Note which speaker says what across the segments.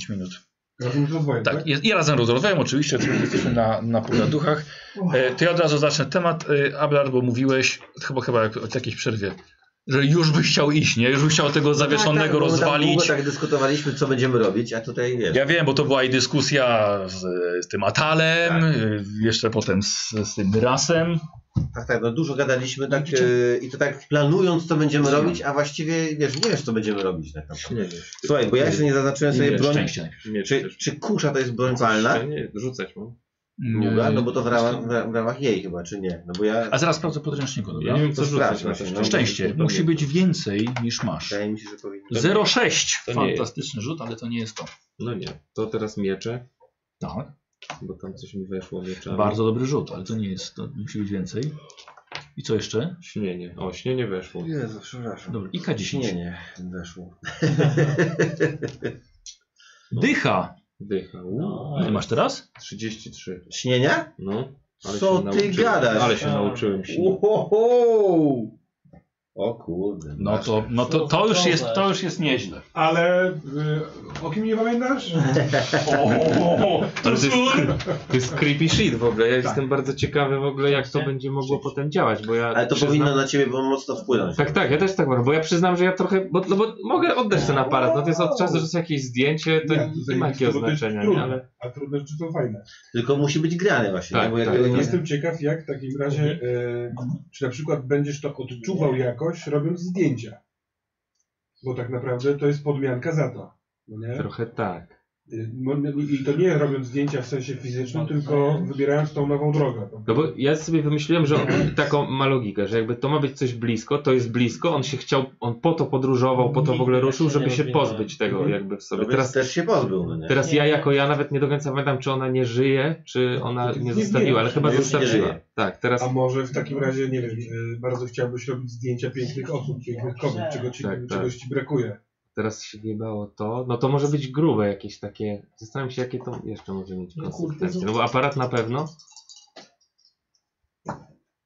Speaker 1: 5 minut.
Speaker 2: Razem z rozwojem, tak?
Speaker 1: Tak, i, i razem rozmawiam oczywiście, oczywiście jesteśmy na, na Króla Duchach. E, to ja od razu zacznę temat, e, Ablar, bo mówiłeś, chyba chyba jak, o jakiejś przerwie, że już byś chciał iść, nie? Już byś chciał tego zawieszonego
Speaker 3: bo my tam
Speaker 1: rozwalić.
Speaker 3: Długo No tak dyskutowaliśmy, co będziemy robić, a tutaj wiesz.
Speaker 1: Ja wiem, bo to była i dyskusja z, z tym Atalem,
Speaker 3: Tak.
Speaker 1: y, jeszcze potem z, z tym Rasem.
Speaker 3: Tak, tak, no dużo gadaliśmy tak e, i to tak planując, co będziemy robić, a właściwie wiesz, nie wiesz, co będziemy robić tak naprawdę.
Speaker 4: Nie wiesz.
Speaker 3: Słuchaj, bo ja jeszcze nie zaznaczyłem sobie
Speaker 4: Nie,
Speaker 3: broń.
Speaker 1: Szczęście.
Speaker 4: Miecz
Speaker 3: Czy,
Speaker 4: też.
Speaker 3: czy kusza to jest broń
Speaker 4: Coś
Speaker 3: palna?
Speaker 4: jeszcze Nie, rzucać mam.
Speaker 3: Długa? No bo to w ramach, w w ramach jej chyba, czy nie? No bo ja.
Speaker 1: Mm. A zaraz sprawdzę podręczniku,
Speaker 4: Ja
Speaker 1: dobra?
Speaker 4: nie wiem co
Speaker 3: To
Speaker 4: rzucać
Speaker 3: sprawdź
Speaker 4: na
Speaker 3: właśnie,
Speaker 4: to
Speaker 3: no.
Speaker 4: szczęście.
Speaker 1: Szczęście.
Speaker 3: Dobra.
Speaker 1: Musi być więcej niż masz.
Speaker 3: Wydaje mi się, że powinno.
Speaker 1: 0,6.
Speaker 4: To nie jest.
Speaker 1: Fantastyczny rzut, ale to nie jest to.
Speaker 4: No nie, to teraz miecze,
Speaker 1: Tak.
Speaker 4: bo tam coś mi weszło mieczami.
Speaker 1: Bardzo dobry rzut, ale to nie jest. To musi być więcej. I co jeszcze?
Speaker 4: Śnienie. O, śnienie weszło.
Speaker 2: Jezu, przepraszam.
Speaker 1: Dobra, i K10.
Speaker 3: Nie, nie, weszło.
Speaker 1: Dycha.
Speaker 4: Dycha. Uuu.
Speaker 1: Ile masz teraz?
Speaker 4: 33.
Speaker 3: Śnienia?
Speaker 4: No.
Speaker 3: Co
Speaker 4: się
Speaker 3: ty
Speaker 4: nauczyłem.
Speaker 3: gadasz?
Speaker 4: Ale się nauczyłem śnić.
Speaker 3: Uhoho! O kurde.
Speaker 1: No
Speaker 3: masz.
Speaker 1: to, no to, to, już, jest, to już jest nieźle.
Speaker 2: Ale y, o kim nie pamiętasz?
Speaker 1: To jest,
Speaker 4: To jest creepy shit w ogóle. Ja
Speaker 2: Tak.
Speaker 4: jestem bardzo ciekawy w ogóle jak to
Speaker 2: Nie?
Speaker 4: będzie mogło potem działać, bo ja
Speaker 3: Ale to
Speaker 4: przyznam-
Speaker 3: powinno na ciebie mocno wpłynąć.
Speaker 4: Tak, tak, ja też tak mam, bo ja przyznam, że ja trochę, bo, no bo mogę oddać ten aparat, no to jest od czasu, że jest jakieś zdjęcie, to
Speaker 2: Nie,
Speaker 4: nie, ma
Speaker 2: zajebiste,
Speaker 4: jakiegoś
Speaker 2: bo to jest
Speaker 4: znaczenia, nie,
Speaker 2: trudne.
Speaker 4: ale
Speaker 2: A trudne rzeczy są fajne.
Speaker 3: Tylko musi być grane właśnie,
Speaker 4: Tak,
Speaker 3: nie? bo jak
Speaker 4: tak.
Speaker 3: tego
Speaker 2: Ale
Speaker 3: nie
Speaker 2: jestem ciekaw, jak w takim razie, e, czy na przykład będziesz to odczuwał jakoś, robiąc zdjęcia. Bo tak naprawdę to jest podmianka za to. No nie?
Speaker 4: trochę tak.
Speaker 2: Y, mo- I to nie robiąc zdjęcia w sensie fizycznym, tylko wybierając tą nową drogę.
Speaker 4: No bo ja sobie wymyśliłem, że on, taką ma logikę, że jakby to ma być coś blisko, to jest blisko, on się chciał, on po to podróżował, po to w ogóle
Speaker 5: Nigdy tak
Speaker 4: ruszył,
Speaker 5: się
Speaker 4: żeby
Speaker 5: nie
Speaker 4: się
Speaker 5: rozwinąłem.
Speaker 4: pozbyć tego
Speaker 2: Mhm.
Speaker 4: jakby w sobie.
Speaker 3: Robisz,
Speaker 4: Teraz,
Speaker 3: też się pozbył, no nie?
Speaker 4: teraz ja
Speaker 5: Nie.
Speaker 4: jako ja nawet nie do końca pamiętam, czy ona nie żyje, czy ona
Speaker 2: Nie,
Speaker 4: nie
Speaker 2: nie,
Speaker 4: zostawiła, ale
Speaker 2: nie,
Speaker 4: chyba
Speaker 3: nie, nie
Speaker 4: zostawiła.
Speaker 3: żyje.
Speaker 4: Tak, teraz
Speaker 2: A może w takim razie, nie wiem, y, bardzo chciałbyś robić zdjęcia pięknych osób, pięknych kobiet, czego ci,
Speaker 4: Tak, tak.
Speaker 2: czegoś ci brakuje.
Speaker 4: teraz się wjebało to, no to może być grube jakieś takie. Zastanawiam się, jakie to jeszcze może mieć konsekwencje. No bo aparat na pewno.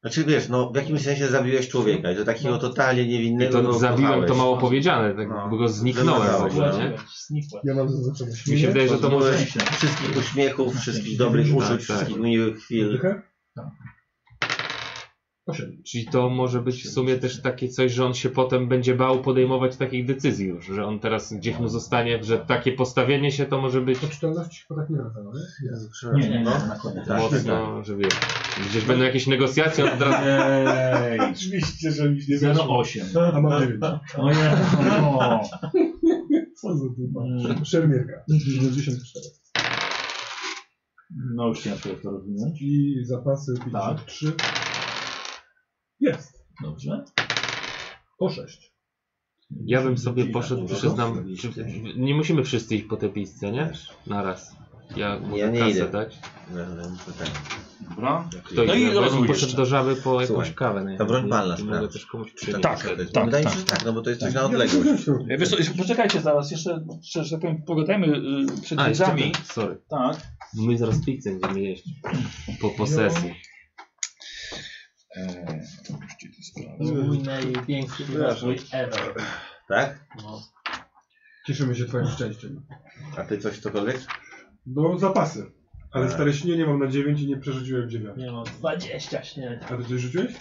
Speaker 3: Znaczy wiesz, no w jakimś sensie zabiłeś człowieka i to takiego
Speaker 4: No.
Speaker 3: totalnie
Speaker 4: I
Speaker 3: niewinnego.
Speaker 4: to
Speaker 3: go
Speaker 4: zabiłem,
Speaker 3: kochałeś.
Speaker 4: to mało powiedziane, tak,
Speaker 3: No.
Speaker 4: bo go zniknąłem w
Speaker 3: Zamazałeś,
Speaker 4: ogóle,
Speaker 5: Znikłe.
Speaker 4: nie?
Speaker 5: Znikłe.
Speaker 2: Ja mam zaznaczone
Speaker 4: Mi się wydaje, że to może...
Speaker 3: Pozbyłeś Wszystkich uśmiechów, wszystkich dobrych
Speaker 4: Tak,
Speaker 3: uczuć,
Speaker 4: tak.
Speaker 3: wszystkich miłych chwil.
Speaker 4: Czyli to może być w sumie też takie coś, że on się potem będzie bał podejmować takich decyzji już, że on teraz gdzieś mu zostanie, że takie postawienie się to może być
Speaker 2: To czytelność chyba tak nie wraca, no nie?
Speaker 3: Jezu,
Speaker 5: Nie, nie, nie,
Speaker 3: no.
Speaker 5: na koniec.
Speaker 3: Tak,
Speaker 4: mocno, że wiesz, gdzieś będą jakieś negocjacje, on od razu...
Speaker 5: Ej,
Speaker 2: Oczywiście, że mi nie zeszło.
Speaker 5: 08.
Speaker 2: A mam 9.
Speaker 5: No ja, no.
Speaker 2: Co za dupa. Szermierka. 94.
Speaker 5: No już ciężko to rozwinąć.
Speaker 2: I zapasy 53. Jest.
Speaker 5: Dobrze.
Speaker 2: O 6.
Speaker 4: Ja bym sobie poszedł, przyznam, czy, nie musimy wszyscy iść po te pizze, nie? Na raz. Ja mogę
Speaker 3: Ja nie
Speaker 4: kasę tak?
Speaker 3: idę.
Speaker 4: dać.
Speaker 3: No, no, to tak.
Speaker 5: Dobra.
Speaker 4: Kto
Speaker 1: No
Speaker 4: no
Speaker 1: i
Speaker 4: i
Speaker 1: rozwój
Speaker 4: poszedł
Speaker 1: jeszcze.
Speaker 4: do żaby po jakąś
Speaker 3: Słuchaj,
Speaker 4: kawę. Nie?
Speaker 3: ta broń palna
Speaker 4: I mogę
Speaker 3: sprawa.
Speaker 4: też komuś przynieść.
Speaker 1: Tak, tak,
Speaker 3: Wydaje mi
Speaker 1: tak.
Speaker 3: się, że tak, no bo to jest coś na odległość.
Speaker 1: E, wiesz co, poczekajcie zaraz, jeszcze, jeszcze że tak powiem, pogadajmy y, przed
Speaker 4: A, jeszcze
Speaker 1: widzami.
Speaker 4: tak, sorry.
Speaker 5: Tak.
Speaker 4: Bo My zaraz pizzę będziemy jeść. Po, po sesji.
Speaker 1: E, to już ci to sprawdzę.
Speaker 5: Mój największy rozwój ever.
Speaker 3: Tak?
Speaker 5: No.
Speaker 2: Cieszymy się twoim szczęściem.
Speaker 3: A ty coś cokolwiek?
Speaker 2: No zapasy. Ale stare śnienie mam na 9 i nie przerzuciłem 9.
Speaker 5: Nie mam 20 śnieg.
Speaker 2: A ty coś rzuciłeś?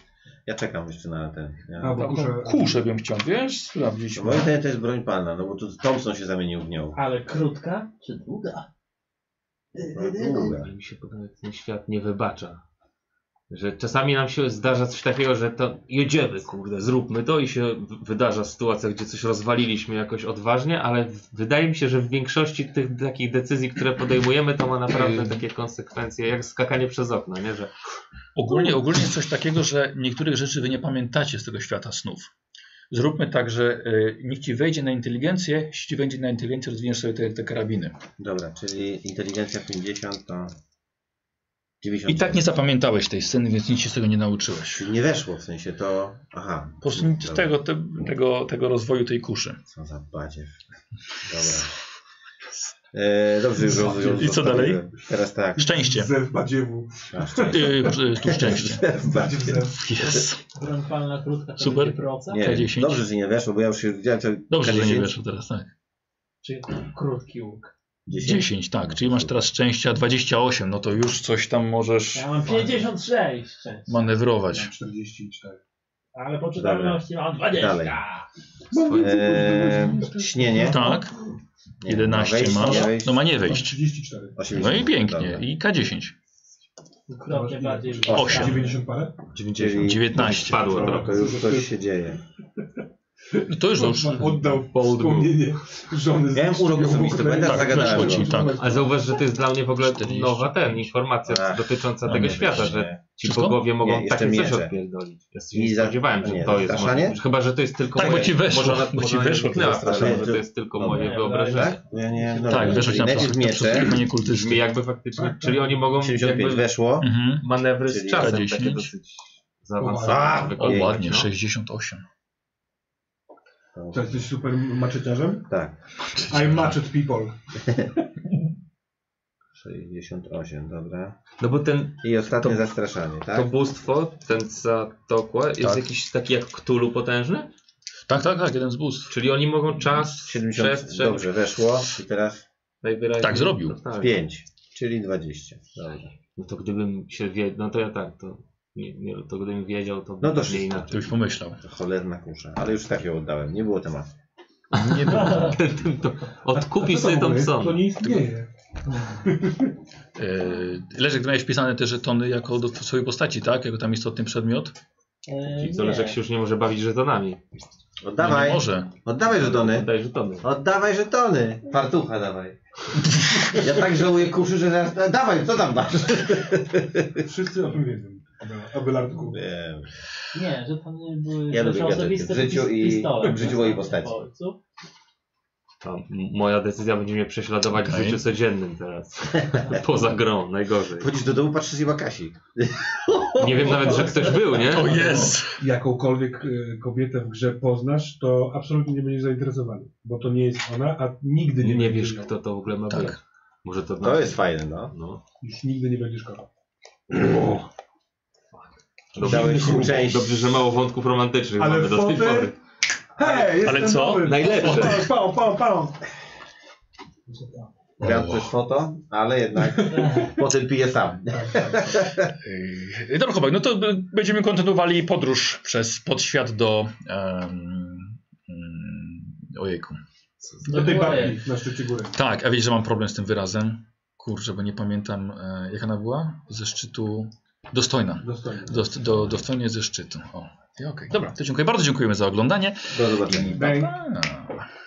Speaker 3: Ja czekam jeszcze na ten. Ja...
Speaker 4: No.
Speaker 2: A, bo kuszę.
Speaker 1: Kuszę bym chciał, wiesz, sprawdzić.
Speaker 3: Moim zdaniem to jest broń palna, no bo to Thompson się zamienił w nią.
Speaker 5: Ale krótka czy długa?
Speaker 3: No, długa.
Speaker 4: Ale mi się podoba, jak ten świat nie wybacza. Że czasami nam się zdarza coś takiego, że to jedziemy, kurde, zróbmy to i się w- wydarza sytuacja, gdzie coś rozwaliliśmy jakoś odważnie, ale w- wydaje mi się, że w większości tych takich decyzji, które podejmujemy, to ma naprawdę takie konsekwencje, jak skakanie przez okno, nie? Że
Speaker 1: Ogólnie, ogólnie jest coś takiego, że niektórych rzeczy wy nie pamiętacie z tego świata snów. Zróbmy tak, że y, niech ci wejdzie na inteligencję, jeśli ci wejdzie na inteligencję, rozwiniesz sobie te, te karabiny.
Speaker 3: Dobra, czyli inteligencja 50 to 90.
Speaker 1: I tak nie zapamiętałeś tej sceny, więc nic się z tego nie nauczyłeś.
Speaker 3: Czyli nie weszło w sensie to. Aha.
Speaker 1: Po prostu nic z
Speaker 3: Dobra.
Speaker 1: tego, te, tego, tego rozwoju tej kuszy.
Speaker 3: Co za badziew. Dobra. E, dobrze, już rozumiem.
Speaker 1: I co dalej?
Speaker 3: Teraz tak.
Speaker 1: Szczęście.
Speaker 2: Zew badziewu.
Speaker 3: A, szczęście.
Speaker 1: Y, y, tu szczęście.
Speaker 2: Badziew zew.
Speaker 1: Jest.
Speaker 5: Broń palna krótka to
Speaker 1: Super.
Speaker 5: będzie proca?
Speaker 3: Nie,
Speaker 1: K10.
Speaker 3: dobrze, że nie weszło, bo ja już się widziałem, że
Speaker 1: Dobrze, że nie
Speaker 3: K10.
Speaker 1: weszło teraz, tak.
Speaker 5: Czy krótki łuk?
Speaker 3: 10.
Speaker 1: 10, tak. Czyli masz teraz szczęścia 28, no to już coś tam możesz
Speaker 5: Ja mam 56 szczęścia.
Speaker 1: manewrować.
Speaker 2: Mam 44.
Speaker 5: Ale po czytelności mam 20.
Speaker 3: Dalej.
Speaker 2: Mam więcej
Speaker 3: Eee,
Speaker 2: punktów, niż
Speaker 3: śnienie.
Speaker 1: Tak,
Speaker 3: Nie,
Speaker 1: 11
Speaker 3: wejść,
Speaker 1: masz.
Speaker 3: nie wejść.
Speaker 1: No ma nie
Speaker 2: Mam
Speaker 1: wejść.
Speaker 2: 34.
Speaker 3: 80.
Speaker 1: No i pięknie.
Speaker 3: Dobra.
Speaker 1: I K10.
Speaker 5: Dwukrotnie bardziej.
Speaker 1: Osiem.
Speaker 2: 90 parę?
Speaker 4: 90.
Speaker 1: 19.
Speaker 4: Padło
Speaker 2: Dobra.
Speaker 4: trochę.
Speaker 3: To już coś się dzieje.
Speaker 1: No to już dobrze.
Speaker 2: Oddał
Speaker 4: Południu.
Speaker 2: wspomnienie żony.
Speaker 3: Miałem urok
Speaker 2: zniszczył
Speaker 3: osobisty,
Speaker 2: ją.
Speaker 3: pamiętasz,
Speaker 1: Tak,
Speaker 3: zagadałem
Speaker 1: weszło ci,
Speaker 3: go.
Speaker 1: tak.
Speaker 4: Ale zauważ, że to jest dla mnie w ogóle
Speaker 1: 40.
Speaker 4: nowa ten, informacja
Speaker 3: Ach,
Speaker 4: dotycząca
Speaker 1: no
Speaker 4: tego
Speaker 1: nie
Speaker 4: świata,
Speaker 3: Wiesz,
Speaker 4: że
Speaker 3: nie.
Speaker 4: ci
Speaker 1: Wszystko?
Speaker 4: bogowie mogą
Speaker 3: Nie,
Speaker 4: takie
Speaker 3: jeszcze
Speaker 4: coś
Speaker 3: miecze.
Speaker 4: odpierdolić. Ja się
Speaker 3: I
Speaker 4: nie
Speaker 3: za-
Speaker 4: spodziewałem,
Speaker 3: nie,
Speaker 4: że to jest
Speaker 3: zastraszanie?
Speaker 4: moje. Chyba, że to jest tylko
Speaker 1: Tak, bo
Speaker 4: moje.
Speaker 1: ci weszło,
Speaker 4: Może ona,
Speaker 1: bo ci
Speaker 4: może ona
Speaker 1: weszło
Speaker 4: nie dotknęła,
Speaker 3: zastraszanie.
Speaker 4: może to jest tylko
Speaker 5: Dobra,
Speaker 4: moje
Speaker 5: nie,
Speaker 4: wyobrażenie.
Speaker 5: dobra,
Speaker 3: Tak? Ja nie, dobra.
Speaker 1: Tak, weszło ci na
Speaker 3: Najpierw
Speaker 1: przykład.
Speaker 3: miecze.
Speaker 1: Panie
Speaker 4: Brzmi
Speaker 1: kultysty.
Speaker 4: jakby faktycznie, czyli oni mogą
Speaker 3: 75
Speaker 4: jakby
Speaker 3: weszło.
Speaker 1: Mhm.
Speaker 4: manewry z
Speaker 3: Czyli
Speaker 4: czasem takie
Speaker 1: 10.
Speaker 4: dosyć
Speaker 2: A,
Speaker 4: zaawansowane.
Speaker 1: O,
Speaker 4: wykonywać,
Speaker 1: ładnie,
Speaker 4: no.
Speaker 1: 68. Mm.
Speaker 2: To jesteś super maczeciarzem?
Speaker 3: Tak.
Speaker 2: I'm matched people.
Speaker 3: 68, dobra.
Speaker 4: No bo ten
Speaker 3: I ostatnie
Speaker 4: To-
Speaker 3: zastraszanie,
Speaker 4: To
Speaker 3: tak?
Speaker 4: bóstwo, ten Zatokła, jest
Speaker 1: Tak.
Speaker 4: jakiś taki jak Ktulu potężny?
Speaker 1: Tak, tak, tak, jeden z bóstw.
Speaker 4: Czyli oni mogą czas,
Speaker 3: 70.
Speaker 4: przestrzeń,
Speaker 3: Dobrze, weszło. I teraz
Speaker 4: najwyraźniej.
Speaker 1: Tak, zrobił.
Speaker 4: No tak.
Speaker 3: 5, czyli 20. Dobrze.
Speaker 4: No to gdybym się wiedział, no to ja tak, to, nie, nie, to gdybym wiedział, to
Speaker 3: No to
Speaker 4: nie
Speaker 3: wszystko.
Speaker 1: To
Speaker 4: inaczej.
Speaker 1: już pomyślał.
Speaker 3: To cholerna kusza. Ale już tak ją oddałem, nie było tematu.
Speaker 1: Nie było.
Speaker 4: Ten, ten, to,
Speaker 2: A
Speaker 4: odkupisz
Speaker 2: co to
Speaker 4: sobie
Speaker 2: w ogóle jest? To
Speaker 4: Thompson.
Speaker 2: nie istnieje.
Speaker 1: Yy, Leszek, ty miałeś pisane te żetony jako do swojej postaci, tak? Jako tam istotny przedmiot?
Speaker 5: Eee,
Speaker 4: Czyli No co, Leszek się już nie może bawić żetonami.
Speaker 1: No
Speaker 3: Oddawaj,
Speaker 1: nie może.
Speaker 3: oddawaj żetony.
Speaker 4: Daj żetony.
Speaker 3: Oddawaj żetony. Fartucha dawaj. Ja tak żałuję kuszy, że zaraz... Dawaj, co tam masz?
Speaker 2: Wszyscy o tym wiedzą. Abelardku.
Speaker 3: Wiem.
Speaker 5: Nie, że to nie były
Speaker 3: Ja
Speaker 5: rzeczy
Speaker 3: lubię gadżety.
Speaker 5: osobiste.
Speaker 3: W życiu
Speaker 5: pis-
Speaker 3: i-
Speaker 5: pistolet,
Speaker 3: w życiu
Speaker 5: nie?
Speaker 3: mojej postaci.
Speaker 5: Ojcu.
Speaker 4: To m- moja decyzja będzie mnie prześladować
Speaker 1: Okej.
Speaker 4: w życiu codziennym teraz. Poza grą, najgorzej.
Speaker 3: Chodzisz do domu, patrzysz i ma Kasi.
Speaker 4: Nie wiem nawet, że ktoś był, nie?
Speaker 1: O jest!
Speaker 2: Jakąkolwiek y, kobietę w grze poznasz, to absolutnie nie będziesz zainteresowany. Bo to nie jest ona, a nigdy nie,
Speaker 4: Nie
Speaker 2: będziesz
Speaker 4: wiesz,
Speaker 2: nią.
Speaker 4: kto to w ogóle ma
Speaker 1: Tak.
Speaker 4: być. Może to...
Speaker 3: To jest fajne, no.
Speaker 4: No.
Speaker 2: Już nigdy nie będziesz kochał.
Speaker 3: Dałeś im część.
Speaker 4: Dobrze, że mało wątków romantycznych
Speaker 2: Ale
Speaker 4: mamy do tej
Speaker 2: fotel-
Speaker 4: pory.
Speaker 2: Hej, jestem
Speaker 1: ale co?
Speaker 2: Nowy.
Speaker 4: Najlepsze.
Speaker 2: Pał, pał, pał.
Speaker 3: Grał też foto, ale jednak potem pije sam.
Speaker 1: Yy, Dobra, chłopak, no to b- będziemy kontynuowali podróż przez podświat do. Um, ojejku.
Speaker 2: Do tej
Speaker 5: góry.
Speaker 2: babki na szczycie góry.
Speaker 1: Tak, a wiesz, że mam problem z tym wyrazem. Kurczę, bo nie pamiętam, e, jak ona była? Ze szczytu. Dostojna.
Speaker 2: Dostojnie.
Speaker 1: Do, do, dostojnie ze szczytu. O, i okej. Dobra, to dziękuję bardzo, dziękujemy za oglądanie.
Speaker 3: Do zobaczenia.
Speaker 2: Bang.
Speaker 1: Pa.